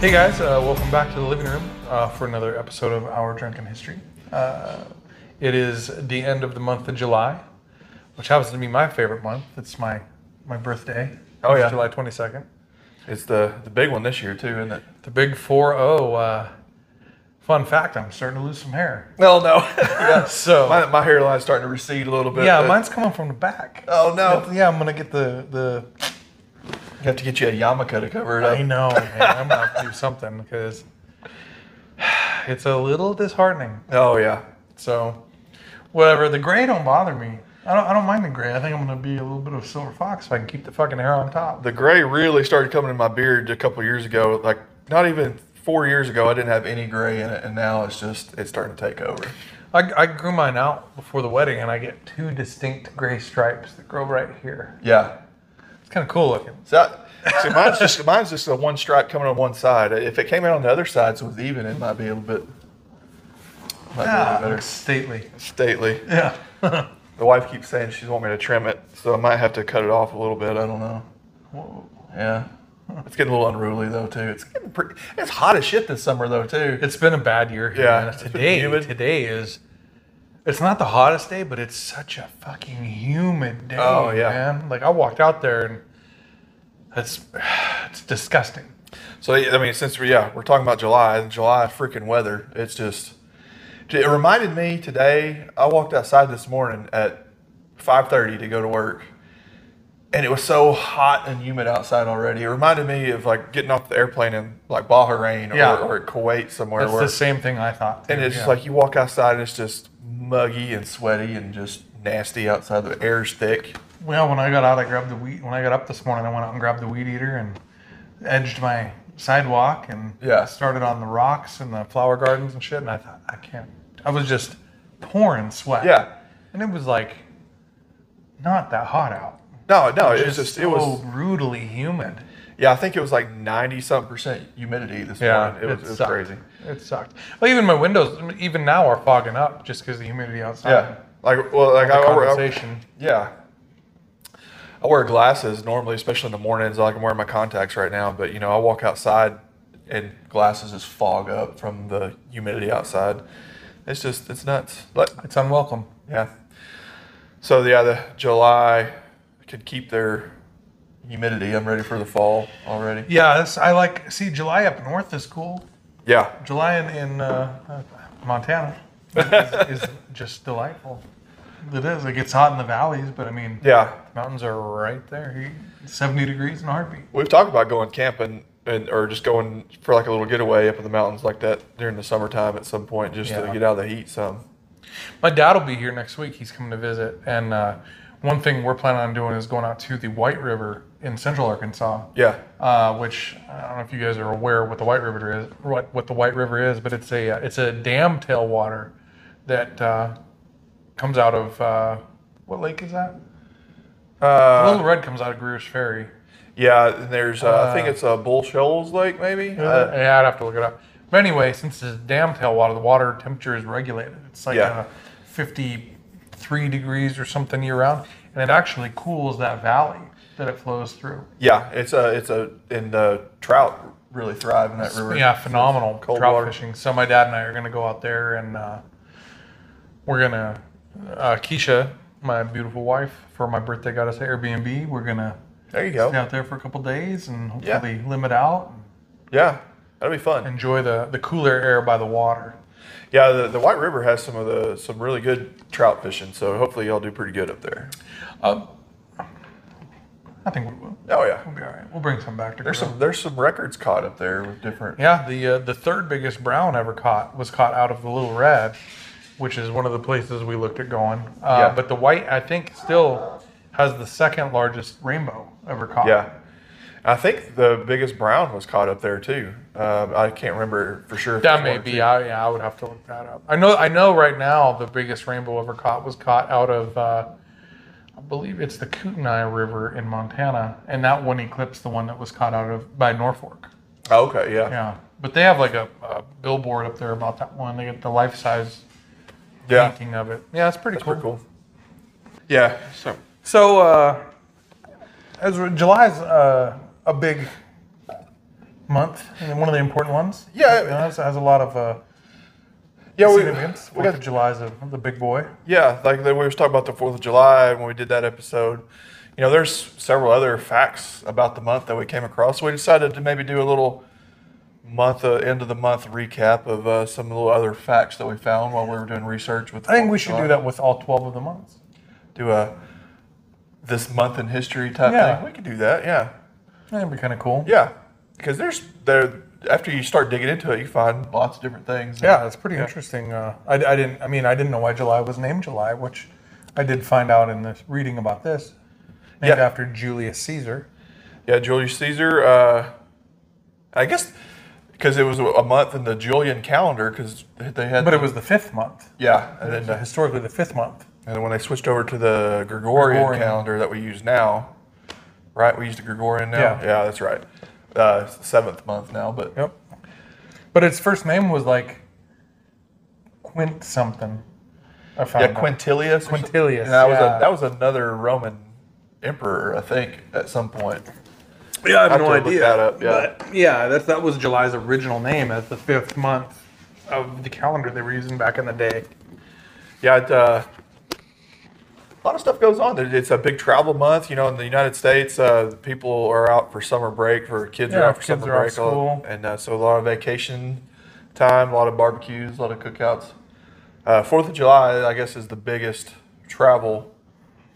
Hey guys, uh, welcome back to the living room uh, for another episode of Our Drunken History. Uh, it is the end of the month of July, which happens to be my favorite month. It's my my birthday. Oh, It's yeah. July twenty second. It's the the big one this year too, isn't it? The big four zero. Uh, fun fact: I'm starting to lose some hair. Well, no. So my, my hairline's starting to recede a little bit. yeah, but- mine's coming from the back. Oh no. yeah, I'm gonna get the the You have to get you a yarmulke to cover it I up. know. man. I'm gonna have to do something because it's a little disheartening. Oh yeah. So, whatever. The gray don't bother me. I don't. I don't mind the gray. I think I'm gonna be a little bit of a silver fox if I can keep the fucking hair on top. The gray really started coming in my beard a couple years ago. Like not even four years ago, I didn't have any gray in it, and now it's just it's starting to take over. I, I grew mine out before the wedding, and I get two distinct gray stripes that grow right here. Yeah. It's kind of cool looking. So. I- See, mine's just mine's just a one stripe coming on one side. If it came out on the other side, so it was even, it might be a little bit, might Ah, be a little looks better stately. stately. Yeah. The wife keeps saying she want me to trim it, so I might have to cut it off a little bit. I don't know. Whoa. Yeah, it's getting a little unruly though too. It's getting pretty. It's hot as shit this summer though too. It's been a bad year here. Yeah, man. it's been Today, humid. today is. It's not the hottest day, but it's such a fucking humid day. Oh, yeah. man. Like I walked out there and it's it's disgusting. So I mean, since we yeah we're talking about July and July freaking weather, it's just. It reminded me today. I walked outside this morning at 5:30 to go to work, and it was so hot and humid outside already. It reminded me of like getting off the airplane in like Bahrain or, Yeah. or Kuwait somewhere. That's where- the same thing I thought. too, And it's just yeah. like you walk outside and it's just muggy and sweaty and just nasty outside. The air's thick. well, when I got out, I grabbed the wheat. When I got up this morning, I went out and grabbed the weed eater and edged my sidewalk and Yeah. started on the rocks and the flower gardens and shit. And I thought, I can't. I was just pouring sweat. Yeah. and it was like not that hot out. No, no, Oh, it was just it so was brutally humid. yeah, I think it was like ninety something percent humidity this morning. It was, it was sucked. crazy. It sucked. Well, even my windows, even now, are fogging up just because the humidity outside. Yeah. Like well like I, The I, I condensation. Yeah. I wear glasses normally, especially in the mornings. Like I'm wearing my contacts right now, but you know, I walk outside and glasses just fog up from the humidity outside. It's just it's nuts. But It's unwelcome. Yeah. So yeah, the July could keep their humidity. I'm ready for the fall already. Yeah, that's, I like. See, July up north is cool. Yeah. July in, in uh, uh, Montana is, is just delightful. It is. It gets hot in the valleys, but I mean, Yeah. the mountains are right there. You- 70 degrees in a heartbeat. We've talked about going camping and or just going for like a little getaway up in the mountains like that during the summertime at some point just Yeah. to get out of the heat some. My dad will be here next week. He's coming to visit. And uh, one thing we're planning on doing is going out to the White River in central Arkansas. Yeah. uh, which I don't know if you guys are aware what the White River is, what what the White River is, but it's a uh, it's a dam tailwater that uh, comes out of uh, what lake is that? Uh, Little Red comes out of Greer's Ferry. yeah, and there's uh, I think it's a Bull Shoals Lake maybe. Uh, yeah, I'd have to look it up. But anyway, since it's dam tailwater, the water temperature is regulated. It's like Yeah. uh, 53 degrees or something year round, and it actually cools that valley that it flows through. yeah, it's a it's a and the trout really thrive in that river. Yeah, phenomenal Cold trout water. fishing. So my dad and I are gonna go out there and uh, we're gonna uh, Keisha, my beautiful wife, for my birthday got us an Airbnb. We're gonna There you stay go. out there for a couple days and Yeah. hopefully limit out, Yeah. That'll be fun. and enjoy the the cooler air by the water. Yeah, the, the White River has some of the some really good trout fishing, so hopefully y'all do pretty good up there. Uh, I think we will. Oh yeah, We'll be all right. We'll bring some back to there's grill. some there's some records caught up there with different. Yeah, the uh, the third biggest brown ever caught was caught out of the Little Red, which is one of the places we looked at going. Uh, Yeah. But the white, I think, still has the second largest rainbow ever caught. Yeah, I think the biggest brown was caught up there too. Uh, I can't remember for sure. if that it's may one or be. two. I, yeah, I would have to look that up. I know. I know. Right now, the biggest rainbow ever caught was caught out of, uh, I believe it's the Kootenai River in Montana, and that one eclipsed the one that was caught out of by Norfolk. Oh, okay, yeah. yeah, Yeah, but they have like a, a billboard up there about that one. They get the life size painting of it. Yeah, it's pretty that's pretty cool. Yeah, so So, uh, as July's uh, a big month, and one of the important ones. Yeah. You know, has, has a lot of uh, Yeah, we, significance. we Fourth got of July is a, the big boy. Yeah, like we were talking about the Fourth of July when we did that episode. You know, there's several other facts about the month that we came across. We decided to maybe do a little month, uh, end of the month recap of uh, some little other facts that we found while we were doing research. With I think we Fourth of should July. do that with all twelve of the months. Do a this month in history type Yeah. thing. We could do that. Yeah, That'd be kind of cool. yeah, because there's there after you start digging into it, you find lots of different things. Yeah, it's pretty Yeah. interesting. Uh, I, I didn't. I mean, I didn't know why July was named July, which I did find out in this reading about this. Named Yeah. after Julius Caesar. Yeah, Julius Caesar. Uh, I guess because it was a month in the Julian calendar because they had. But it was the fifth month. yeah, and then, Uh, historically, the fifth month. and then when they switched over to the Gregorian, Gregorian. calendar that we use now, right? We use the Gregorian now. Yeah. that's right. Uh, it's the seventh month now, but Yep. But its first name was like Quint something. I found yeah, out. Quintilius. or something. Quintilius, And that was yeah. a, that was another Roman emperor, I think, at some point. Yeah, I have I'll no have to look idea. that up, yeah. But yeah, that that was July's original name as the fifth month of the calendar they were using back in the day. Yeah, it, uh, a lot of stuff goes on. There- It's a big travel month, you know. In the United States, uh, people are out for summer break. For kids are Yeah, out for kids summer are off break, all- school. and uh, so a lot of vacation time, a lot of barbecues, a lot of cookouts. Uh, Fourth of July, I guess, is the biggest travel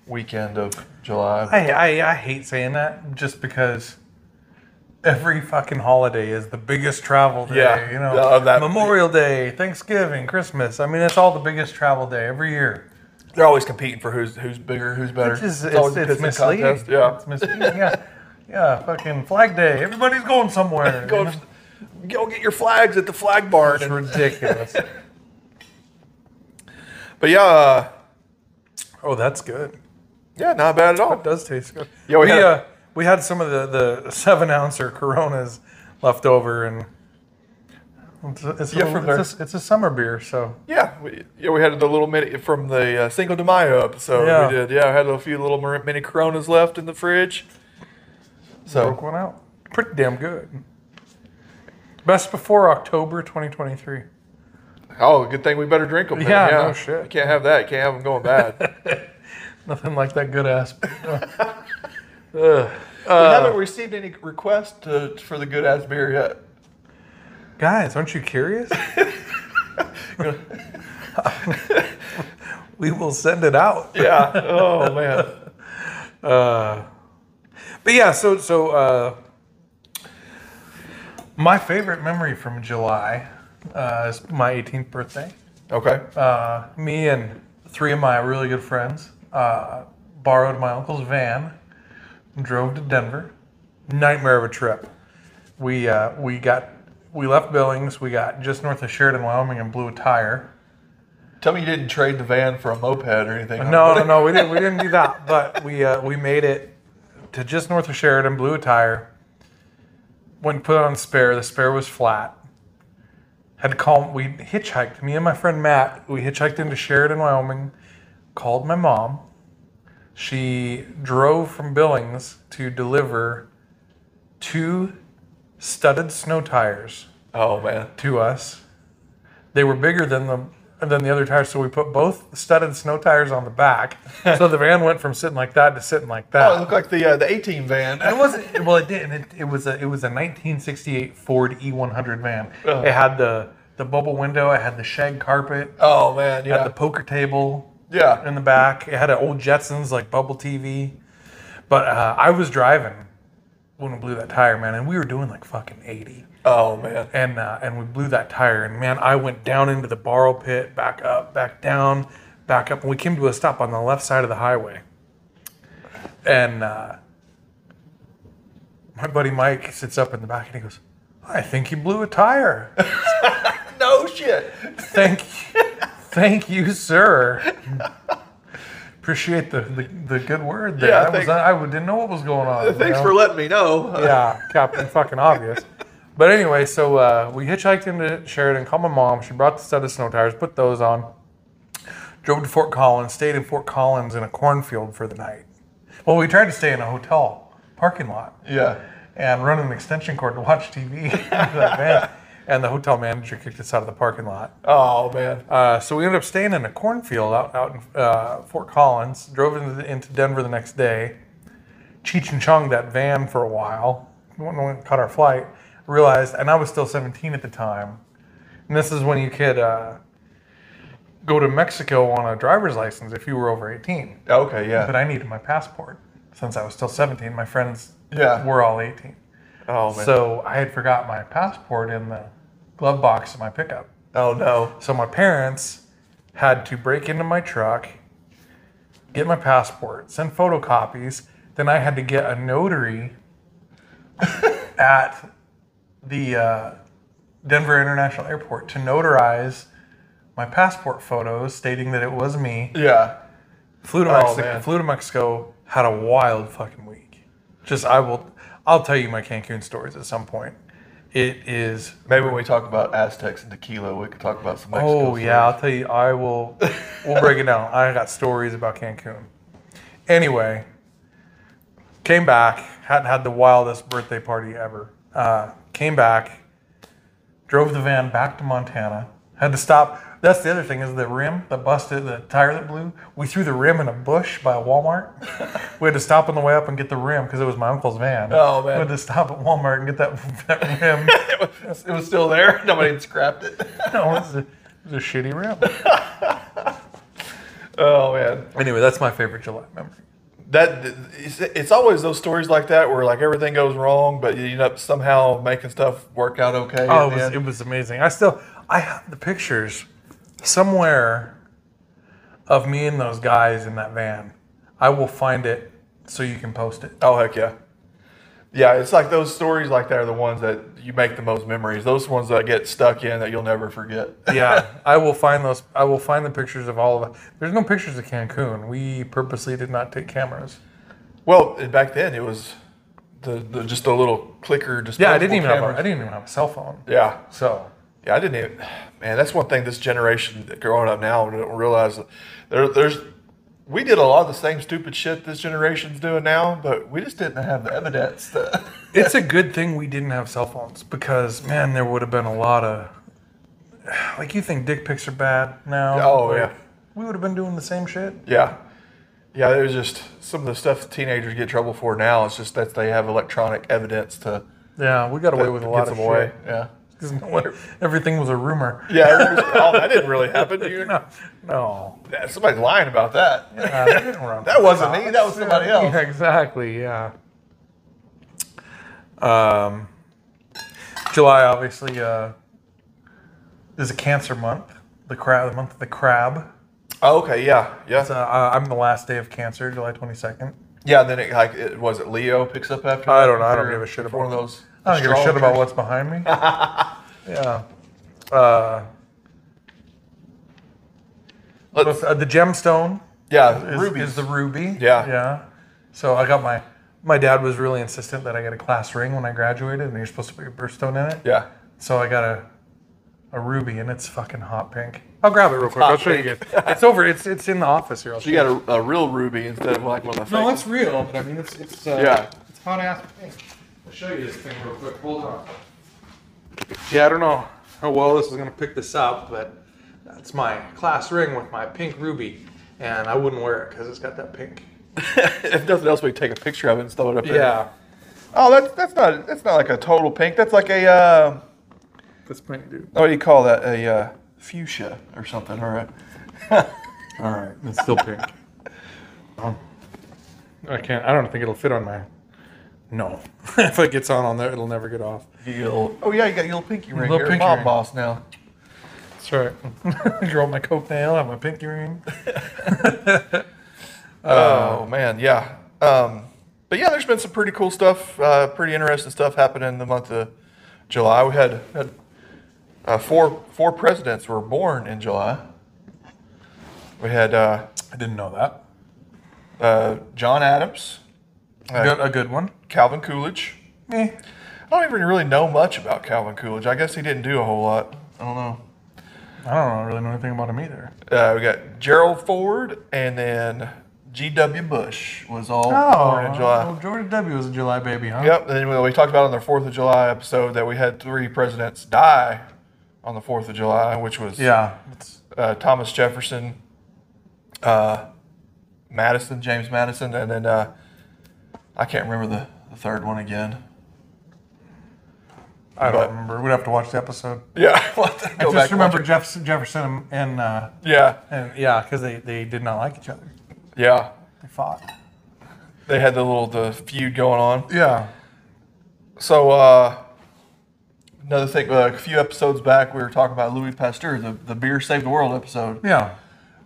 weekend of July. I, I I hate saying that just because every fucking holiday is the biggest travel day. Yeah, you know, yeah, of that- Memorial Day, Thanksgiving, Christmas. I mean, it's all the biggest travel day every year. They're always competing for who's who's bigger, who's better. It's just, It's it's, always a it's pissing misleading. contest, Yeah, It's misleading. Yeah. Yeah, fucking Flag Day. Everybody's going somewhere. go, you know? go get your flags at the flag barn. It's and- ridiculous. But yeah, uh, oh, that's good. yeah, not bad at all. It does taste good. Yeah, we we, had- uh, we had some of the, the seven ouncer Coronas left over, and it's a, it's, a- Yeah, from there. it's, a, it's a summer beer, so Yeah, we, yeah, we had the little mini from the uh, Cinco de Mayo episode. Yeah. We did. Yeah, I had a few little mer- mini Coronas left in the fridge. broke So one out. Pretty damn good. Best before October 2023. oh, good thing we better drink them. Yeah, no shit. You can't have that. You can't have them going bad. Nothing like that good ass. we haven't received any requests to, for the good ass beer yet. Guys, aren't you curious? we will send it out. Yeah. oh man. Uh, but yeah, so so uh, my favorite memory from July uh, is my 18th birthday. Okay. Uh, me and three of my really good friends uh, borrowed my uncle's van, and drove to Denver. Nightmare of a trip. We uh, we got we left Billings. We got just north of Sheridan, Wyoming, and blew a tire. Tell me you didn't trade the van for a moped or anything. No, no, no. We didn't. We didn't do that. But we uh, we made it to just north of Sheridan, blew a tire. Went put on spare. The spare was flat. Had to call. We hitchhiked. Me and my friend Matt. We hitchhiked into Sheridan, Wyoming. Called my mom. She drove from Billings to deliver two studded snow tires Oh man. to us. They were bigger than the than the other tires, so we put both studded snow tires on the back. so the van went from sitting like that to sitting like Oh, it that. looked like the uh, the 18 van. it wasn't well. It didn't. It, it was a it was a 1968 Ford E100 van. Ugh. It had the the bubble window. It had the shag carpet. Oh man. It had Yeah. the poker table yeah. in the back. It had an old Jetsons like bubble TV. But uh, I was driving when we blew that tire, man, and we were doing like fucking 80 Oh man. and uh, and we blew that tire. And man, I went down into the borrow pit, back up, back down, back up, and we came to a stop on the left side of the highway. And uh, my buddy Mike sits up in the back and he goes, "I think you blew a tire." No shit. thank, thank you, sir. Appreciate the, the, the good word there. Yeah, I, was, thanks- I didn't know what was going on. you Thanks know? for letting me know. yeah, Captain fucking obvious. But anyway, so uh, we hitchhiked into Sheridan, called my mom. She brought the set of snow tires, put those on, drove to Fort Collins, stayed in Fort Collins in a cornfield for the night. Well, we tried to stay in a hotel parking lot, Yeah. and running an extension cord to watch TV. out of that van. And the hotel manager kicked us out of the parking lot. Oh man. Uh, so we ended up staying in a cornfield out, out in uh, Fort Collins, drove into, the, into Denver the next day, Cheech and Chong that van for a while, when we caught our flight, realized, and I was still 17 at the time, and this is when you could uh, go to Mexico on a driver's license if you were over 18. Okay. But Yeah. I needed my passport since I was still 17. My friends Yeah. were all 18. Oh man. So I had forgot my passport in the glove box of my pickup. oh no. So my parents had to break into my truck, get my passport, send photocopies. Then I had to get a notary at the uh, Denver International Airport to notarize my passport photos, stating that it was me. Yeah. Flew to Oh, Mexico. man. Flew to Mexico. Had a wild fucking week. Just I will. I'll tell you my Cancun stories at some point. It is Maybe when we talk about Aztecs and tequila, we could talk about some Mexico. Oh stories. yeah, I'll tell you. I will. We'll break it down. I got stories about Cancun. Anyway, came back. Hadn't had the wildest birthday party ever. Uh, came back. Drove the van back to Montana. Had to stop. That's the other thing is the rim that busted, the tire that blew. We threw the rim in a bush by Walmart. we had to stop on the way up and get the rim because it was my uncle's van. Oh, man. We had to stop at Walmart and get that, that rim. it, was, it was still there. Nobody had scrapped it. no, it was a, it was a shitty rim. Oh man. Anyway, that's my favorite Gillette memory. That it's- it's always those stories like that where like everything goes wrong, but you end up somehow making stuff work out okay. Oh, in it the was, end. it was amazing. I still I have the pictures somewhere of me and those guys in that van. I will find it so you can post it. Oh heck yeah. Yeah, it's like those stories like that are the ones that you make the most memories. Those ones that get stuck in that you'll never forget. Yeah, I will find those. I will find the pictures of all of. There's no pictures of Cancun. We purposely did not take cameras. Well, back then it was the, the just a little Yeah, clicker. I disposable didn't even have. A, cameras. I didn't even have a cell phone. Yeah, So Yeah, I didn't even. Man, that's one thing this generation that growing up now don't realize. that There, there's, we did a lot of the same stupid shit this generation's doing now, but we just didn't have the evidence. To, it's a good thing we didn't have cell phones because man, there would have been a lot of like you think dick pics are bad now. Oh, but yeah. we would have been doing the same shit. yeah, yeah. There's just some of the stuff teenagers get in trouble for now. It's just that they have electronic evidence to Yeah, we got away with a that lot gets of them away. shit. Yeah, 'Cause no one- everything was a rumor. yeah. oh, that didn't really happen. You, No, no, yeah, somebody's lying about that. Uh, they didn't run That wasn't me. That was somebody Yeah, else. exactly. Yeah. Um, July obviously uh, is a Cancer month. The crab, the month of the crab. Oh, okay, yeah, yeah, So uh, I'm the last day of Cancer, July 22nd. yeah. Then it like it was it Leo picks up after. I that? don't know. I don't Or give a shit about one of those. I don't give a shit about astrologers? what's behind me. yeah. Uh, Let's- with, uh, the gemstone Yeah, is, rubies. is the ruby. Yeah. Yeah. So I got my. My dad was really insistent that I get a class ring when I graduated, and you're supposed to put your birthstone in it. yeah. So I got a a ruby, and it's fucking hot pink. I'll grab it real quick. I'll show you pink. guys. It's over. It's it's in the office here. I'll So you got a, a real ruby instead of like one of the fake. No, it's real, but I mean, it's it's uh, Yeah. it's hot ass pink. I'll show you this thing real quick. Hold on. Yeah, I don't know how well this is gonna pick this up, but that's my class ring with my pink ruby, and I wouldn't wear it because it's got that pink. if nothing else, we take a picture of it and throw it up there. Yeah, Oh, that's that's not that's not like a total pink. That's like a uh, that's pink, dude. what do you call that? A uh, fuchsia or something. All right. All right, it's still pink. I can't. I don't think it'll fit on my. No, if it gets on on there, it'll never get off. oh yeah, you got your little pinky ring. Little You're a pinky mom ring. boss now. That's right. Grow my coke nail, have my pinky ring. oh man, yeah. Um, but yeah, there's been some pretty cool stuff, uh, pretty interesting stuff happening in the month of July. We had had uh, four four presidents were born in July. We had. Uh, I didn't know that. uh, John Adams, uh, Good, a good one. Calvin Coolidge. Eh. I don't even really know much about Calvin Coolidge. I guess he didn't do a whole lot. I don't know. I don't know, really know anything about him either. Uh, we got Gerald Ford and then G.W. Bush was all Oh, born in July. well, George W. was a July baby, huh? Yep. And we, we talked about on the Fourth of July episode that we had three presidents die on the Fourth of July, which was Yeah. It's, uh, Thomas Jefferson, uh, Madison, James Madison, and then uh, I can't remember the, the third one again. I don't But- remember. We'd have to watch the episode. Yeah, we'll have to I just go back and watch remember it. Jeff, Jefferson and and, uh, Yeah, and yeah, because they, they did not like each other. yeah. They fought. They had the little the feud going on. Yeah. So uh, another thing, uh, a few episodes back, we were talking about Louis Pasteur, the, the beer saved the world episode. Yeah.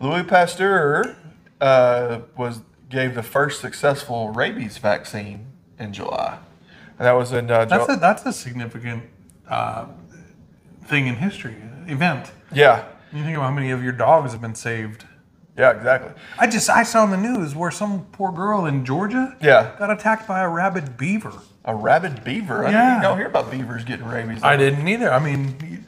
Louis Pasteur uh, was gave the first successful rabies vaccine in July, and that was in uh, That's Ju- a that's a significant uh, thing in history event. yeah, You think about how many of your dogs have been saved. yeah, exactly, I just I saw on the news where some poor girl in Georgia yeah. got attacked by a rabid beaver. A rabid beaver. I Yeah. didn't don't hear about beavers getting rabies. I didn't either. I mean, you-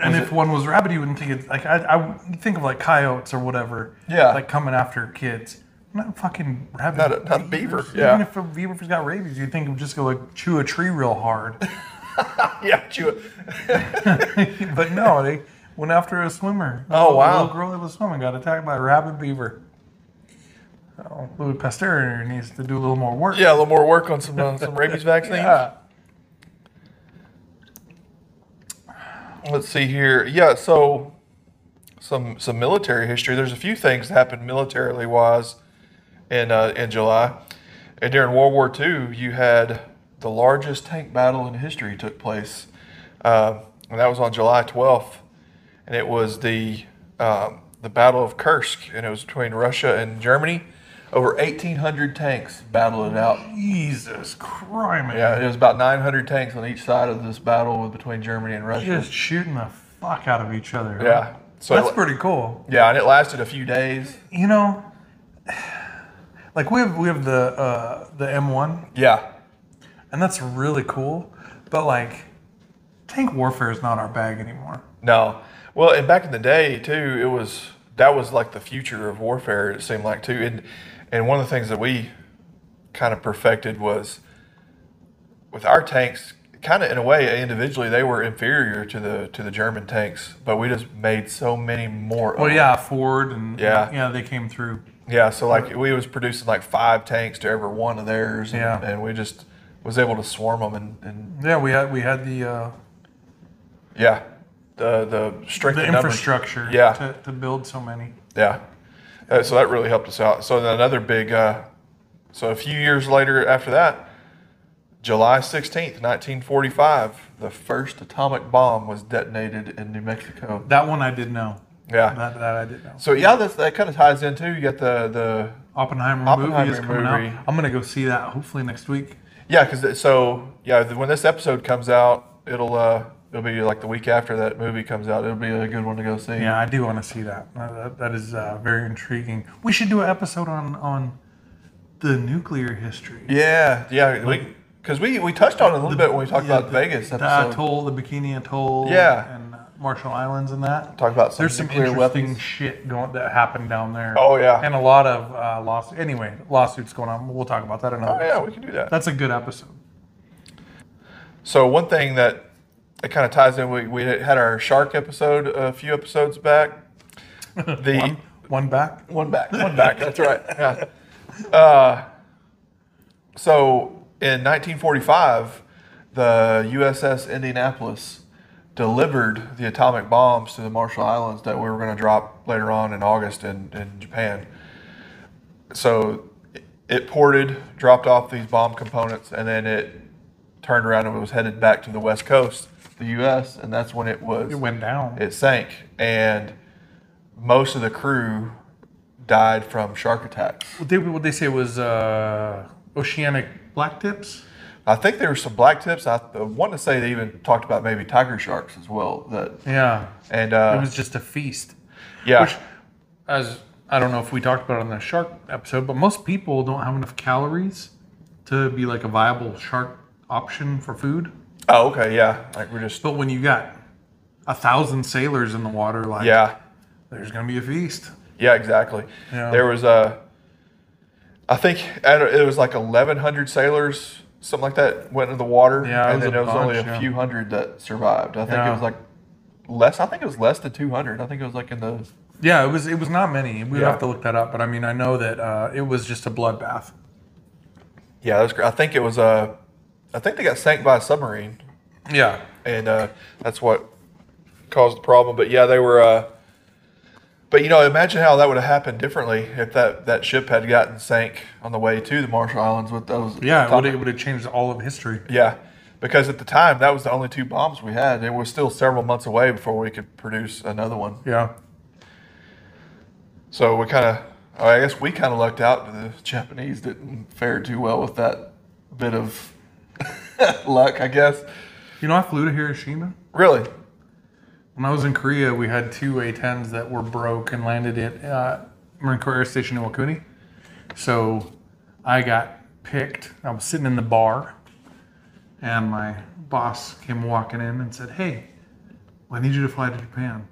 and Was if it- one was rabid, you wouldn't think it. Like I, I would think of like coyotes or whatever. Yeah. Like coming after kids. Not fucking rabid. Not a- not a beaver, beavers. yeah. Even if a beaver's got rabies, you'd think it would just go like chew a tree real hard. yeah, chew it. but no, they went after a swimmer. A Oh, little- A wow. little girl that was swimming got attacked by a rabid beaver. So Louis Pasteur needs to do a little more work. Yeah, a little more work on some uh, some rabies vaccines. Yeah. Let's see here. Yeah, so some some military history. There's a few things that happened militarily wise in uh, in July, and during World War II, you had the largest tank battle in history took place, uh, and that was on July 12th, and it was the um, the Battle of Kursk, and it was between Russia and Germany. Over 1,800 tanks battled it out. Jesus Christ, man. Yeah, it was about 900 tanks on each side of this battle between Germany and Russia. Just shooting the fuck out of each other. Yeah. So That's it- pretty cool. yeah, and it lasted a few days. You know, like we have we have the uh, the M1, Yeah. and that's really cool. But like, tank warfare is not our bag anymore. No. Well, and back in the day too, it was that was like the future of warfare. It seemed like too, and and one of the things that we kind of perfected was with our tanks. Kind of in a way, individually, they were inferior to the to the German tanks, but we just made so many more. of Well, them. yeah, Ford and Yeah. yeah, they came through. Yeah, so like we was producing like five tanks to every one of theirs, and, Yeah. and we just was able to swarm them, and, and Yeah, we had we had the uh, yeah, the the strength the of numbers. infrastructure Yeah. to, to build so many. Yeah, Uh, so that really helped us out. So then another big, uh, so a few years later after that, July sixteenth, nineteen forty five, the first atomic bomb was detonated in New Mexico. That one I did know. Yeah. That, that I did know. So yeah, that's, that kind of ties in too. You got the the Oppenheimer, movie is Oppenheimer coming movie. out. I'm gonna go see that hopefully next week. Yeah, because so yeah, th- when this episode comes out, it'll uh, it'll be like the week after that movie comes out. It'll be a good one to go see. Yeah, I do want to see that. Uh, that, that is uh, very intriguing. We should do an episode on on the nuclear history. yeah, yeah. Because we, we touched on it a little bit when we talked Yeah, about Vegas the episode. atoll, the Bikini Atoll, Yeah. and uh, Marshall Islands, and that. Talk about some There's some nuclear interesting weapons. shit going that happened down there. Oh, yeah. and a lot of uh, lawsuits. Anyway, lawsuits going on. We'll talk about that Oh another. yeah, we can do that. That's a good episode. So one thing that it kind of ties in. We, we had our shark episode a few episodes back. The One, one back. One back. One back. That's right. Yeah. Uh, so in 1945, the USS Indianapolis delivered the atomic bombs to the Marshall Islands that we were going to drop later on in August in, in Japan. So it- it ported, dropped off these bomb components, and then it turned around and was headed back to the West Coast, the US, and that's when it was It went down. it sank and most of the crew died from shark attacks What they, what they say was uh, oceanic black tips. i think there were some black tips i I want to say they even talked about maybe tiger sharks as well that Yeah, and uh, it was just a feast. yeah Which, as I don't know if we talked about it on the shark episode, but most people don't have enough calories to be like a viable shark option for food. oh okay yeah like we're just But when you got a thousand sailors in the water, like yeah there's gonna be a feast. yeah exactly Yeah. there was a I think at it was like 1,100 sailors, something like that, went in the water. Yeah, it and was then a it was only a bunch, yeah. few hundred that survived. I think Yeah. it was like less. I think it was less than 200. I think it was like in the Yeah, it was it was not many. We'd Yeah. have to look that up, but I mean, I know that uh, it was just a bloodbath. yeah. That was great. I think it was Uh, I think they got sank by a submarine, Yeah, and uh, that's what caused the problem. But yeah, they were. Uh, but you know, imagine how that would have happened differently if that, that ship had gotten sank on the way to the Marshall Islands with those. yeah, it top- would it would have changed all of history. Yeah, because at the time that was the only two bombs we had, and we're still several months away before we could produce another one. Yeah, So we kind of, I guess we kind of lucked out. that The Japanese didn't fare too well with that bit of luck, I guess. you know, I flew to Hiroshima. Really, When I was in Korea, we had two A-10s that were broke and landed at uh, Marine Corps Air Station in Wakuni. So I got picked. I was sitting in the bar, and my boss came walking in and said, "Hey, I need you to fly to Japan."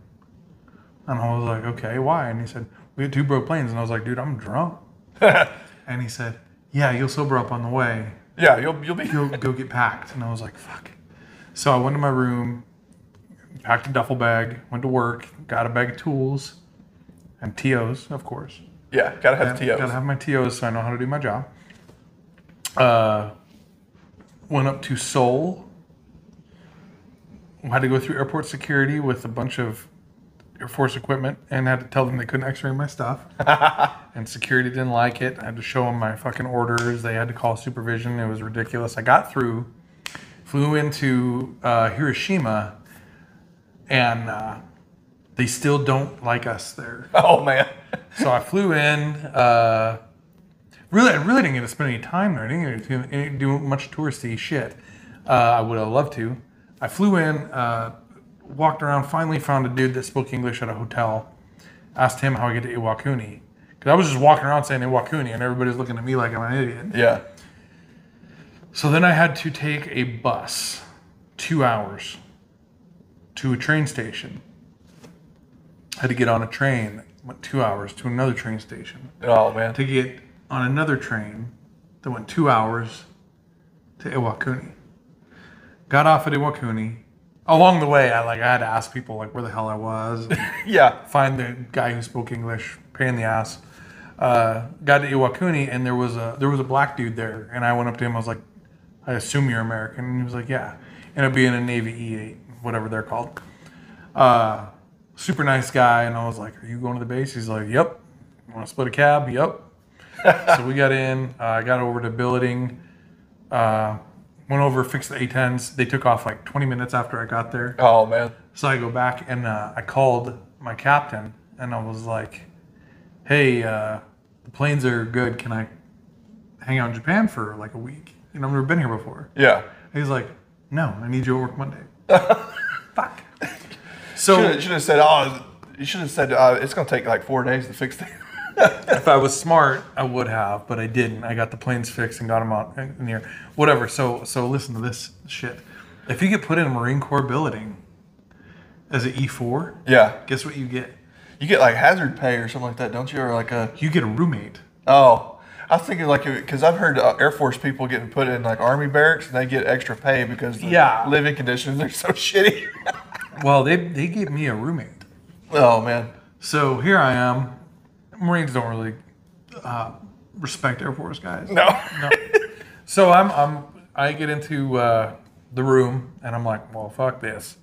And I was like, "Okay, why?" And he said, "We had two broke planes." And I was like, "Dude, I'm drunk." and he said, "Yeah, you'll sober up on the way." yeah, you'll you'll be go go get packed. And I was like, fuck. So I went to my room, packed a duffel bag, went to work, got a bag of tools and TOs, of course. yeah, gotta have Gotta- Gotta TOs. have my TOs so I know how to do my job. Uh, went up to Seoul. Had to go through airport security with a bunch of Air Force equipment and had to tell them they couldn't x ray my stuff. and security didn't like it. I had to show them my fucking orders. They had to call supervision. It was ridiculous. I got through, flew into uh, Hiroshima, and uh, they still don't like us there Oh man, so I flew in. Uh, really, I really didn't get to spend any time there. I didn't get to do- didn't do much touristy shit. Uh, I would have loved to. I flew in, uh, walked around, finally found a dude that spoke English at a hotel. Asked him how I get to Iwakuni. Because I was just walking around saying Iwakuni, and everybody's looking at me like I'm an idiot. yeah, So then I had to take a bus, two hours, to a train station. Had to get on a train, went two hours to another train station oh man, to get on another train that went two hours to Iwakuni. Got off at Iwakuni. Along the way, I like I had to ask people like where the hell I was, and yeah, find the guy who spoke English, pain in the ass. Uh, got to Iwakuni and there was a there was a black dude there, and I went up to him. I was like, I assume you're American, and he was like, Yeah, and it'd be in a Navy E8, whatever they're called. Uh, super nice guy, and I was like, Are you going to the base? He's like, Yep. Want to split a cab? Yep so we got in. uh, I got over to billeting. Uh, went over, fixed the A10s. They took off like 20 minutes after I got there. oh man, So I go back and uh, I called my captain and I was like, "Hey, uh, the planes are good. Can I hang out in Japan for like a week? You know, I've never been here before." yeah. And he's like, "No, I need you at work Monday." Fuck. Should So have said oh. You should have said uh, it's gonna take like four days to fix that. if I was smart, I would have, but I didn't. I got the planes fixed and got them out in the air. Whatever. So so listen to this shit. If you get put in a Marine Corps billeting as an E four, yeah, guess what you get? you get like hazard pay or something like that, don't you? Or like a You get a roommate. Oh, I was thinking like because I've heard uh, Air Force people getting put in like army barracks and they get extra pay because the Yeah. living conditions are so shitty. Well, they they gave me a roommate. oh man, So here I am. Marines don't really uh, respect Air Force guys. no, No. so I'm, I'm I get into uh, the room and I'm like, well, fuck this.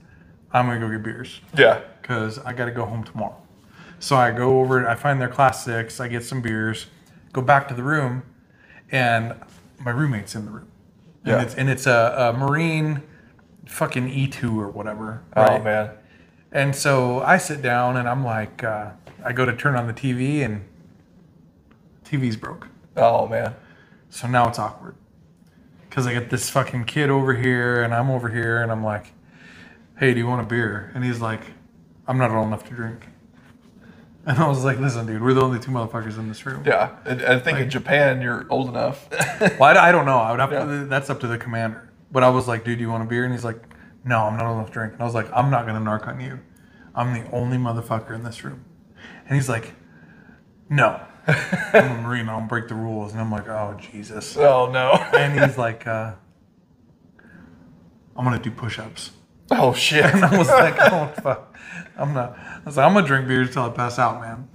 I'm gonna go get beers. yeah, because I got to go home tomorrow. So I go over, I find their class six, I get some beers, go back to the room, and my roommate's in the room. Yeah. And it's, and it's a, a Marine fucking E2 or whatever. oh man, And so I sit down and I'm like, uh, I go to turn on the TV and TV's broke. oh man, So now it's awkward. Because I get this fucking kid over here and I'm over here and I'm like, hey, do you want a beer? And he's like, I'm not old enough to drink. And I was like, listen, dude, we're the only two motherfuckers in this room. yeah. And, and I think in Japan you're old enough. Well, I, I don't know. I would have Yeah. to, that's up to the commander. But I was like, dude, do you want a beer? And he's like, no, I'm not old enough to drink. And I was like, I'm not going to narc on you. I'm the only motherfucker in this room. And he's like, no. I'm a Marine. I'll break the rules, and I'm like, oh Jesus. Oh no. And he's like, uh, I'm gonna do push-ups. oh shit. And I was like, oh fuck, I'm not. I was like, I'm gonna drink beer until I pass out, man.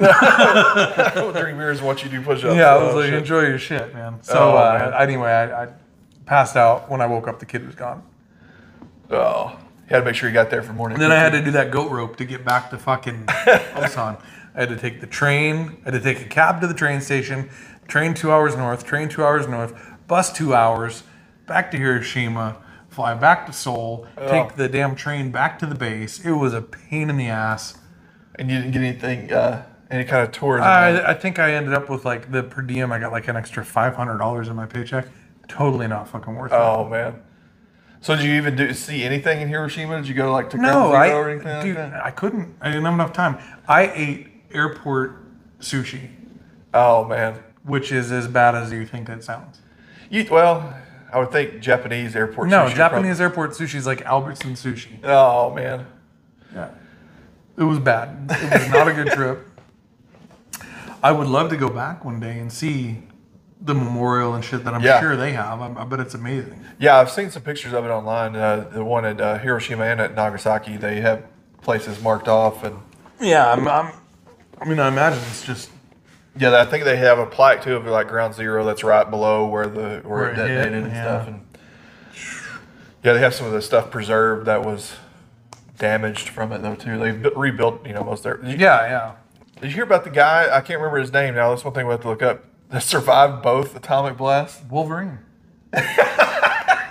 Drink beers, watch you do push-ups. Yeah, I Oh, was like, shit. enjoy your shit, man. So Oh, uh, man. anyway, I, I passed out. When I woke up, the kid was gone. Oh, you had to make sure you got there for morning. And then I had to do that goat rope to get back to fucking Osan. I had to take the train. I had to take a cab to the train station. Train two hours north. Train two hours north. Bus two hours. Back to Hiroshima. Fly back to Seoul. Take the damn train back to the base. It was a pain in the ass. and you didn't get anything, uh, any kind of tourism. I, I think I ended up with like the per diem. I got like an extra five hundred dollars in my paycheck. Totally not fucking worth it. oh man. So did you even do see anything in Hiroshima? Did you go like to Ground No, Zero I or anything dude, like that? I couldn't. I didn't have enough time. I ate airport sushi, Oh man. which is as bad as you think that sounds. You well, I would think Japanese airport. No, sushi Japanese airport sushi is like Albertson sushi. Probably, oh man. Yeah, it was bad. It was not a good trip. I would love to go back one day and see the memorial and shit that I'm Yeah. sure they have. I, I bet it's amazing. Yeah, I've seen some pictures of it online. Uh, the one at uh, Hiroshima and at Nagasaki, they have places marked off, and Yeah, I'm. I'm I mean, I imagine it's just yeah, I think they have a plaque too of like Ground Zero that's right below where the where Where it it hit, detonated and yeah. stuff. And yeah, they have some of the stuff preserved that was damaged from it though too. They've bu- rebuilt, you know, most there. Did you, yeah, yeah. did you hear about the guy? I can't remember his name now. That's one thing we have to look up. That survived both atomic blasts. Wolverine,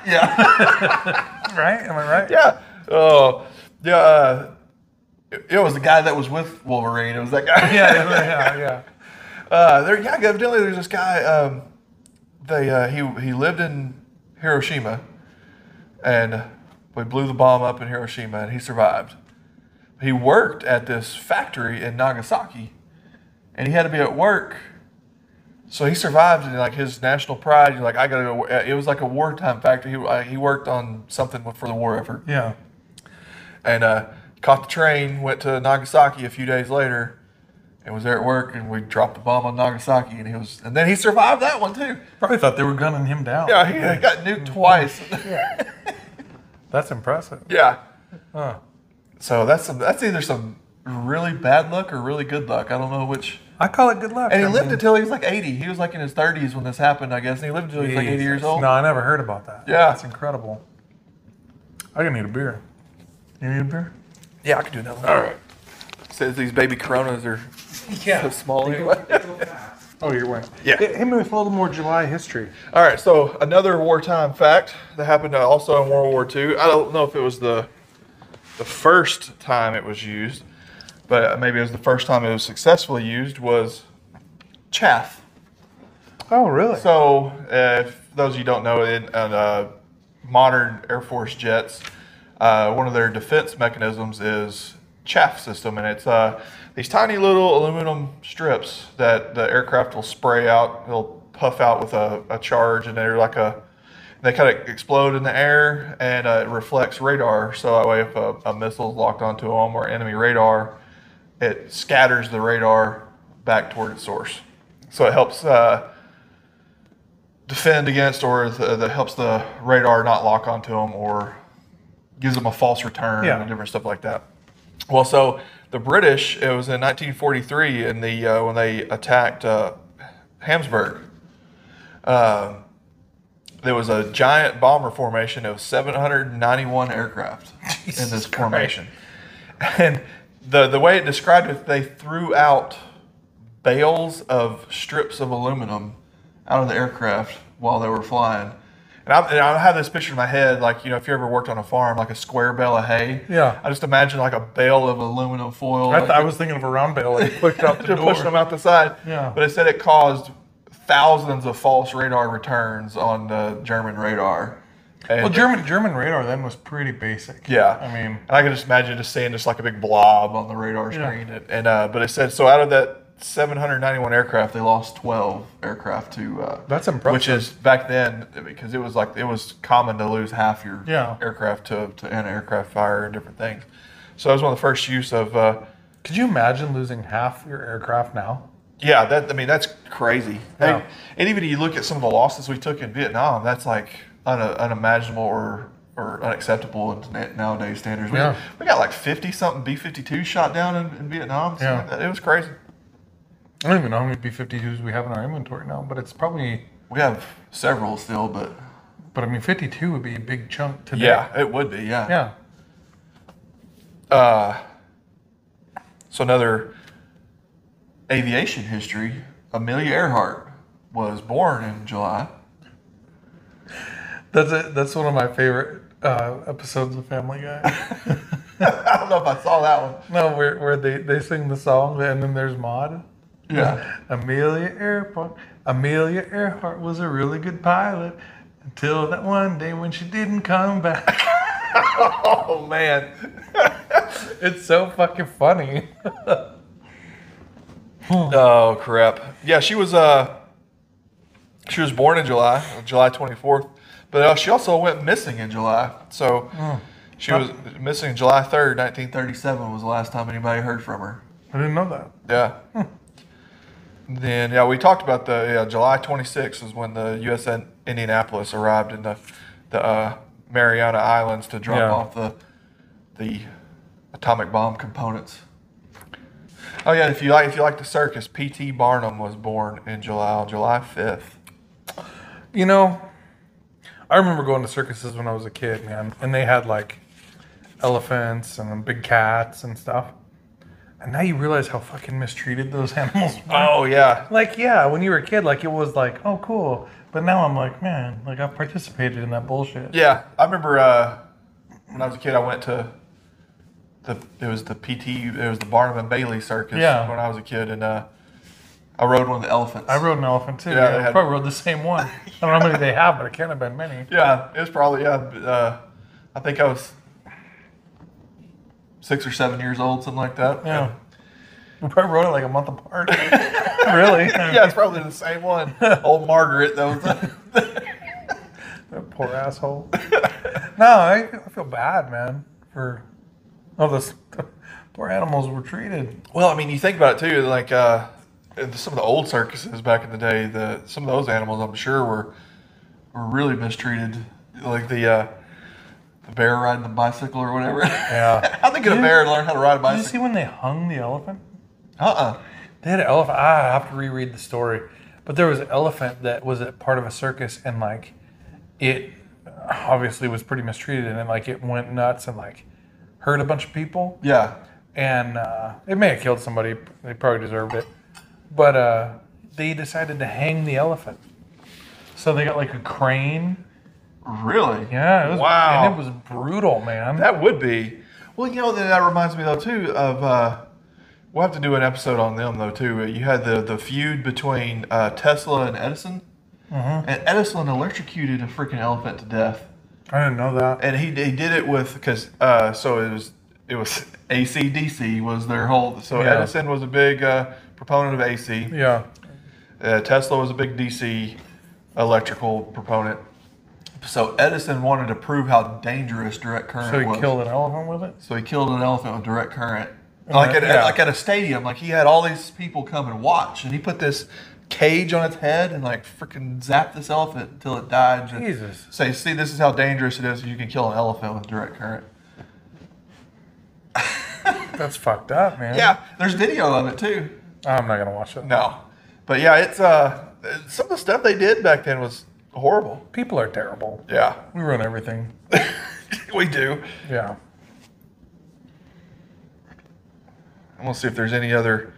Yeah. right? Am I right? Yeah. Oh, yeah. Uh, it, it was the guy that was with Wolverine. It was that guy. yeah, yeah, yeah. Uh, there, yeah. Evidently, there's this guy. Um, they uh, he he lived in Hiroshima, and we blew the bomb up in Hiroshima, and he survived. He worked at this factory in Nagasaki, and he had to be at work. So he survived, and like his national pride, you're like, I gotta go. It was like a wartime factory. He, uh, he worked on something for the war effort. Yeah. and uh, caught the train, went to Nagasaki a few days later, and was there at work, and we dropped the bomb on Nagasaki, and he was, and then he survived that one too. Probably thought they were gunning him down. Yeah, he uh, got nuked twice. That's impressive. yeah, Huh. so that's some, that's either some really bad luck or really good luck. I don't know which. I call it good luck. And he I lived mean, until he was like 80. He was like in his 30s when this happened, I guess. And he lived until he was like 80 years Jesus. old. No, I never heard about that. Yeah. That's incredible. I gonna need a beer. You need a beer? Yeah, I could do another one. All right. Says these baby coronas are so small anyway. Oh, you're right. Yeah. Hit hit me with a little more July history. All right, so another wartime fact that happened also in World War II. I don't know if it was the the first time it was used, but maybe it was the first time it was successfully used was chaff. Oh, really? So, uh, if those of you don't know, in, in uh, modern Air Force jets, uh, one of their defense mechanisms is chaff system, and it's uh, these tiny little aluminum strips that the aircraft will spray out. It'll puff out with a, a charge, and they're like a they kind of explode in the air, and uh, it reflects radar. So that way, if a, a missile's locked onto them or enemy radar, it scatters the radar back toward its source. So it helps. Uh, defend against or th- uh, that helps the radar not lock onto them or gives them a false return Yeah. and different stuff like that. Well, so the British, it was in 1943 in the uh, when they attacked uh, Hamsburg. Um there was a giant bomber formation of 791 aircraft in this formation. And the, the way it described it, they threw out bales of strips of aluminum out of the aircraft while they were flying. And I, and I have this picture in my head, like, you know, if you ever worked on a farm, like a square bale of hay. Yeah. I just imagine like a bale of aluminum foil. I, like, th- I was thinking of a round bale like pushed out the they're door. pushing them out the side. Yeah. But it said it caused thousands of false radar returns on the German radar. And, Well, German German radar then was pretty basic. yeah. I mean, and I can just imagine just seeing just like a big blob on the radar Yeah. screen. And, and, uh, but it said so out of that 791 aircraft, they lost 12 aircraft to. Uh, That's impressive. Which is back then because it was like it was common to lose half your Yeah. aircraft to to an aircraft fire and different things. So it was one of the first use of. Uh, could you imagine losing half your aircraft now? Yeah, that I mean that's crazy. Yeah. And, and even you look at some of the losses we took in Vietnam, that's like un, unimaginable or or unacceptable in na- nowadays standards. We, Yeah. we got like fifty something B fifty two shot down in, in Vietnam. something Yeah. like that. it was crazy. I don't even know how many B-52s we have in our inventory now, but it's probably. We have several still, but But I mean, 52 would be a big chunk today. yeah, it would be yeah. Yeah. Uh, so another aviation history. Amelia Earhart was born in July. That's it. That's one of my favorite uh, episodes of Family Guy. I don't know if I saw that one. no, where, where they, they sing the song and then there's Maud. Yeah. Amelia Earhart. Amelia Earhart was a really good pilot until that one day when she didn't come back. Oh man. it's so fucking funny. Oh crap. Yeah, she was uh she was born in July, July 24th, but uh, she also went missing in July. So she was missing July 3rd, 1937 was the last time anybody heard from her. I didn't know that. Yeah. Then yeah, we talked about the yeah, July 26th is when the USN Indianapolis arrived in the the uh, Mariana Islands to drop Yeah. off the the atomic bomb components. Oh yeah, if you like if you like the circus, P.T. Barnum was born in July on July 5th. You know, I remember going to circuses when I was a kid, man, and they had like elephants and big cats and stuff. And now you realize how fucking mistreated those animals were. Oh yeah, Like, yeah, when you were a kid, like it was like, oh, cool. But now I'm like, man, like I participated in that bullshit. yeah. I remember uh, when I was a kid, I went to the it was the P.T. it was the Barnum and Bailey Circus Yeah. when I was a kid, and uh, I rode one of the elephants. I rode an elephant too. Yeah, Yeah, they I had- probably rode the same one. I don't know how many they have, but it can't have been many. Yeah, it was probably yeah. Uh, I think I was six or seven years old, something like that. Yeah. We probably rode it like a month apart. really? And- yeah, it's probably the same one. Old Margaret, that was. That poor asshole. no, I, I feel bad, man, for all those poor animals were treated. well, I mean, you think about it too, like uh, in some of the old circuses back in the day, the some of those animals, I'm sure, were were really mistreated, like the. Uh, the bear riding the bicycle or whatever. Yeah. I think a Yeah. bear learned how to ride a Did you see bicycle. when they hung the elephant? Uh uh They had an elephant. I have to reread the story, but there was an elephant that was a part of a circus, and like, it obviously was pretty mistreated, and then like it went nuts and like hurt a bunch of people, Yeah. and uh, it may have killed somebody. They probably deserved it, but uh, they decided to hang the elephant. So they got like a crane. Really? Yeah, it was, wow. and it was brutal, man. That would be. Well, you know, then that reminds me though too of uh, we'll have to do an episode on them though too. Uh, You had the the feud between uh, Tesla and Edison, Mm-hmm. and Edison electrocuted a freaking elephant to death, I didn't know that. and he he did it with because uh, so it was it was ACDC was their whole. So Yeah. Edison was a big uh, proponent of AC. Yeah, Uh, Tesla was a big DC electrical proponent. So Edison wanted to prove how dangerous direct current so he was. killed an elephant with it. So he killed an elephant with direct current. Like at, yeah. like at a stadium, like he had all these people come and watch, and he put this cage on its head and like freaking zapped this elephant until it died. and Jesus. Say, see, this is how dangerous it is. You can kill an elephant with direct current. That's fucked up, man. Yeah, there's video of it too. I'm not gonna watch it. No, but yeah, it's uh, some of the stuff they did back then was horrible. People are terrible. Yeah, We ruin everything. we do. Yeah. I'm gonna see if there's any other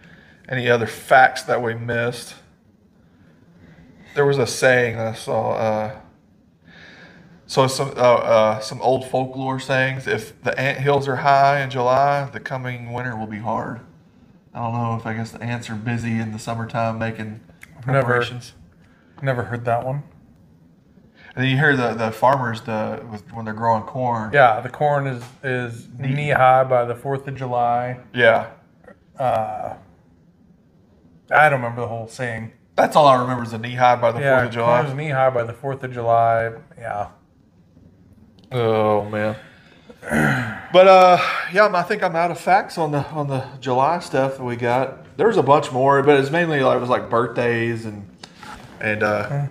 any other facts that we missed. There was a saying that I saw. Uh, so some uh, uh, some old folklore sayings. If the ant hills are high in July, the coming winter will be hard. I don't know if I guess the ants are busy in the summertime making Never. preparations. Never heard that one. And then you hear the, the farmers the with, when they're growing corn. Yeah, the corn is is knee high by the Fourth of July. Yeah. I don't remember the whole saying. That's all I remember is the knee high by the Yeah, Fourth of July. corn is knee high by the Fourth of July. Yeah. Oh man. But uh, yeah, I think I'm out of facts on the on the July stuff that we got. There was a bunch more, but it's mainly like it was like birthdays and and uh,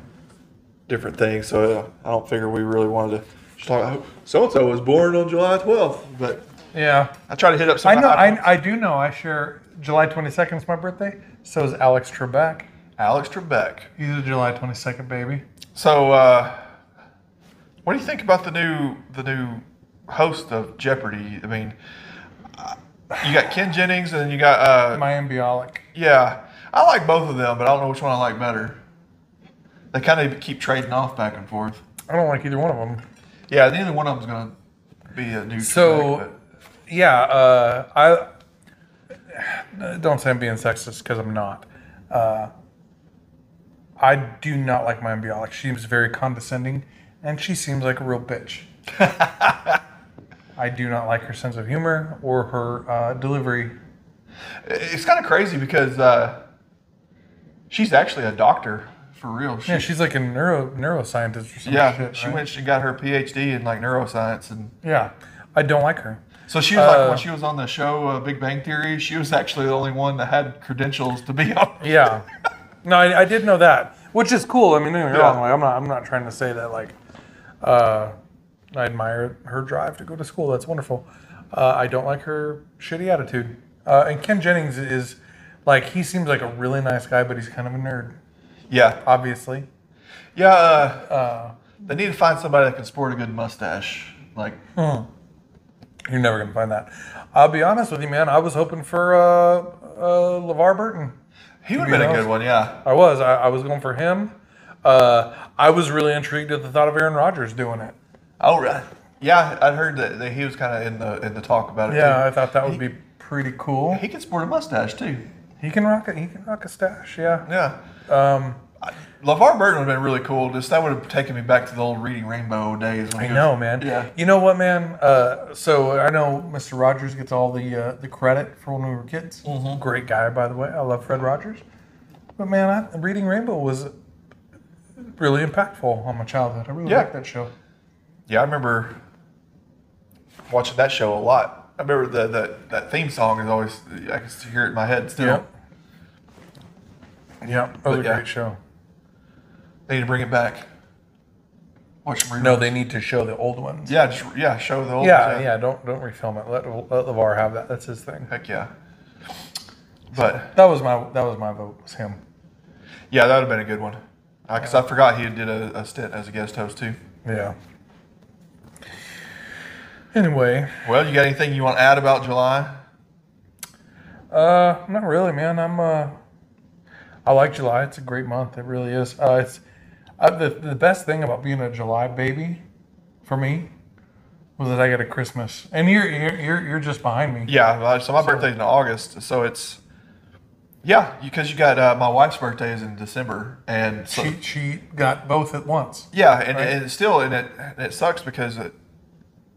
different things. So uh, I don't figure we really wanted to talk. So and so was born on July 12th, but Yeah. I try to hit up some. I know. high- I, I do know. I share July 22nd is my birthday. So is Alex Trebek. Alex Trebek. He's a July 22nd baby. So, uh, what do you think about the new the new host of Jeopardy? I mean, uh, you got Ken Jennings, and then you got uh, My ambiolic. yeah. I like both of them, but I don't know which one I like better. They kind of keep trading off back and forth. I don't like either one of them. Yeah, neither one of them's gonna be a new. So, yeah, uh, I uh, don't say I'm being sexist because I'm not. Uh, I do not like my ambiolic. She seems very condescending, and she seems like a real bitch. I do not like her sense of humor or her uh, delivery. it's kind of crazy because uh, she's actually a doctor for real. She, Yeah, she's like a neuro neuroscientist or some yeah, shit. she right? went. She got her PhD in like neuroscience and. Yeah, I don't like her. So she was like Uh, when she was on the show uh, Big Bang Theory, she was actually the only one that had credentials to be on. Yeah. No, I, I did know that, which is cool. I mean, don't get me Yeah. wrong. Like, I'm not. I'm not trying to say that. Like, uh, I admire her drive to go to school. That's wonderful. Uh, I don't like her shitty attitude. Uh, and Ken Jennings is like he seems like a really nice guy, but he's kind of a nerd, Yeah, obviously. yeah. Uh, they need to find somebody that can sport a good mustache. Like, You're never gonna find that. I'll be honest with you, man. I was hoping for uh, uh, LeVar Burton. he would have been a good one. Yeah, I was. I, I was going for him. Uh, I was really intrigued at the thought of Aaron Rodgers doing it. oh right. Yeah, I heard that, that he was kind of in the in the talk about it. Yeah, I thought that would be pretty cool. too. he can sport a mustache too. He can rock it. He can rock a stash. Yeah. Yeah, Um, LeVar Burton would have been really cool. Just that would have taken me back to the old Reading Rainbow days. When I he was- know, man. Yeah, You know what, man? Uh, so I know Mr. Rogers gets all the uh, the credit for when we were kids. Great guy, by the way. I love Fred Rogers. But man, I, reading Rainbow was really impactful on my childhood. I really Yeah. liked that show. yeah. I remember watching that show a lot. I remember the, the that theme song is always I can still hear it in my head still. Yep. Yeah, that was a But, yeah. great show. They need to bring it back. Watch them No, they need to show the old ones. Yeah, just yeah, show the old. Yeah, yeah. Don't don't refilm it. Let let Levar have that. That's his thing. Heck yeah. But That was my that was my vote. Was him. yeah, that would have been a good one. Because I forgot he did a, a stint as a guest host too. Yeah. Anyway, Well, you got anything you want to add about July? uh, not really, man. I'm uh, I like July. It's a great month. It really is. Uh, it's uh, the the best thing about being a July baby, for me, was that I got a Christmas, and you're you're you're, you're just behind me. Yeah, well, Uh, so my birthday's in August, so it's yeah, because you got uh, my wife's birthday is in December, and so She she got both at once. yeah, and, Right. and it's still and it and it sucks because it,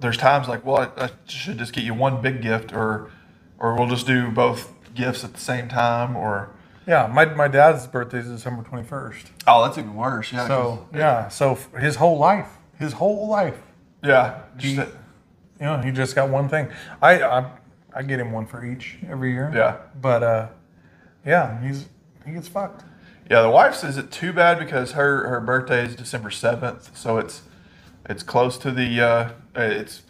there's times like, well, I, I should just get you one big gift, or or we'll just do both gifts at the same time, or Yeah, my my dad's birthday is December twenty first. Oh, that's even worse. Yeah. 'cause- So yeah, so f- his whole life, his whole life, yeah, just He- that- you know, he just got one thing. I I, I get him one for each every year. yeah, But uh, yeah, he's he gets fucked. yeah. The wife's isn't too bad because her her birthday is December seventh, so it's it's close to the uh, it's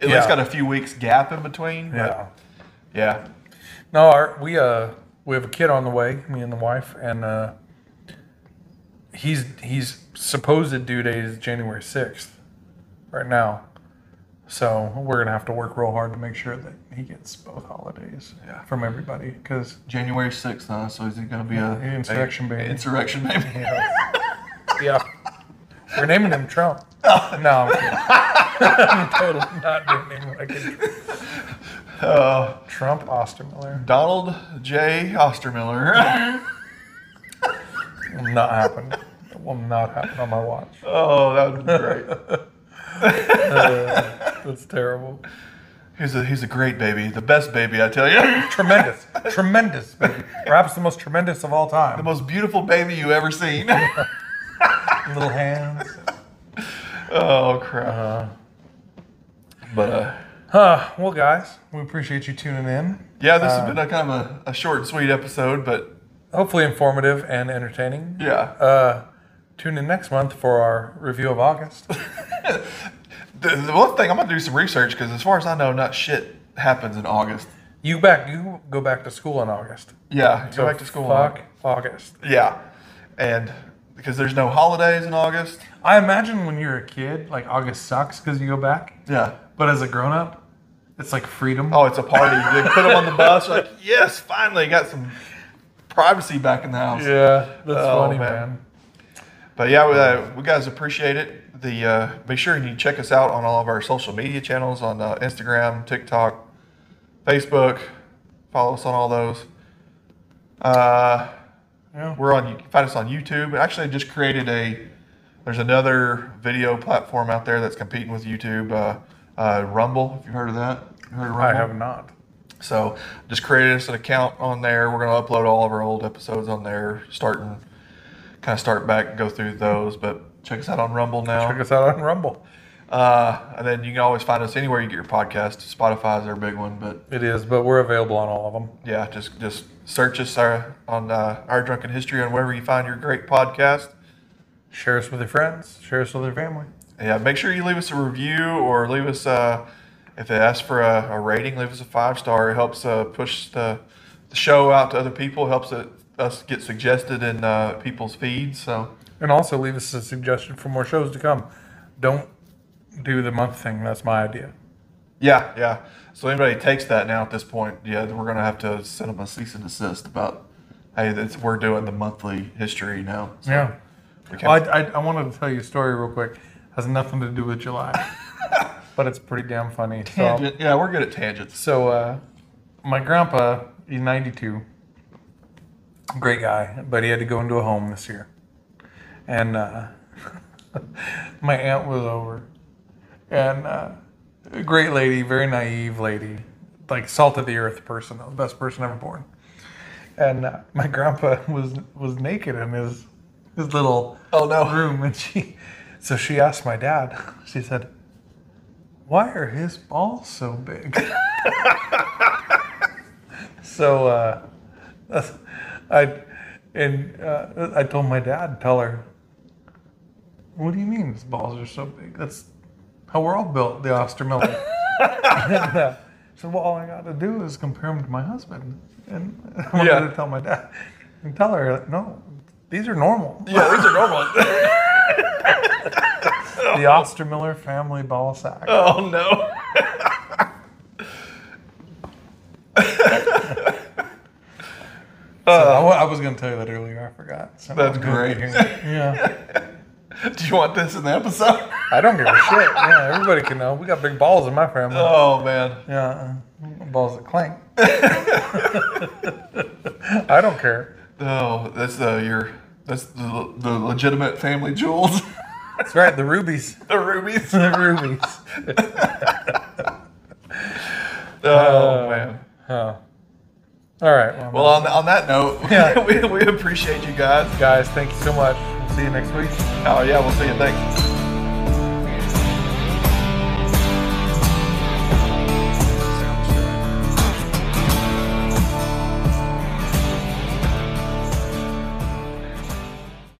at Yeah. least got a few weeks gap in between. but Yeah. yeah, uh, No, our, we uh we have a kid on the way, me and the wife, and uh, he's he's supposed due date is January sixth, right now. So we're gonna have to work real hard to make sure that he gets both holidays Yeah. from everybody because January sixth. Huh? So is it gonna be a An insurrection a- baby. Insurrection baby. yeah, we're naming him Trump. No, I'm, Oh. kidding. I'm totally not doing him like a Uh, Trump Ostermiller. Donald J. Ostermiller. Will not happen. It will not happen on my watch. oh, that would be great. That's terrible. He's a he's a great baby, the best baby, I tell you. Tremendous, tremendous, baby. Perhaps the most tremendous of all the time. most beautiful baby you ever seen. Little hands. Uh-huh. oh crap. But uh, Huh. Well, guys, we appreciate you tuning in. Yeah, this Uh, has been a kind of a, a short and sweet episode, but Hopefully informative and entertaining. yeah. Uh, tune in next month for our review of August. The, the one thing I'm gonna do some research because as far as I know, not shit happens in August. you back? You go back to school in August. Yeah, So go back to school. in Fuck August. August. Yeah, and because there's no holidays in August. I imagine when you're a kid, like August sucks because you go back. Yeah. But as a grown up, it's like freedom. Oh, it's a party. they put them on the bus. Like, yes, finally got some privacy back in the house. yeah, that's Oh, funny, man. man. But yeah, we, uh, we guys appreciate it. The uh, be sure you check us out on all of our social media channels on uh, Instagram, TikTok, Facebook. Follow us on all those. Uh, Yeah. we're on. You can find us on YouTube. Actually, I just created a. There's another video platform out there that's competing with YouTube. Uh, uh, Rumble. If you heard of that, you heard of Rumble? I have not. So just created us an account on there. We're gonna upload all of our old episodes on there, starting kind of start back and go through those. But check us out on Rumble Check now. us out on Rumble. Uh, and then you can always find us anywhere you get your podcast. Spotify's our big one, but It is, but we're available on all of them. yeah, just just search us uh, on uh, our drunken history on wherever you find your great podcast. Share us with your friends. Share us with your family. Yeah, make sure you leave us a review or leave us uh, if it asks for a, a rating, leave us a five star. It helps uh, push the, the show out to other people. Helps it, us get suggested in uh, people's feeds. So And also leave us a suggestion for more shows to come. Don't do the month thing. That's my idea. yeah, yeah. So anybody takes that now at this point, yeah, then we're gonna have to send them a cease and desist about hey, that's, we're doing the monthly history now. So Yeah. we Well, can't- I, I, I wanted to tell you a story real quick. Has nothing to do with July, but it's pretty damn funny. So, Tangent- yeah, we're good at tangents. So, uh, my grandpa, he's 92. Great guy, but he had to go into a home this year. And uh, my aunt was over. And uh, a great lady, very naive lady, like salt of the earth person, the best person ever born. And uh, my grandpa was was naked in his his little Oh, no. room, and she, so she asked my dad. She said, "Why are his balls so big?" So uh, I and uh, I told my dad, tell her, what do you mean his balls are so big? That's how we're all built, the Ostermiller. and, uh, so well, all I got to do is compare him to my husband, and I wanted Yeah. to tell my dad and tell her, no, these are normal. Yeah, these are normal. The Ostermiller family ball sack. oh no. So I, wa- I was going to tell you that earlier. I forgot. So That's I'm gonna great. hear- Yeah, Do you want this in the episode? I don't give a shit. Yeah, everybody can know. We got big balls in my family. Oh man. Uh, Yeah, uh, balls that clank. I don't care. Oh, that's the your that's the, the legitimate family jewels, That's right. The rubies. the rubies. The rubies. Oh Uh, man. Huh. All right. Well, Well, on, on that note, Yeah. we, we appreciate you guys. guys, thank you so much. We'll see you next week. Oh yeah, we'll see you. Thanks.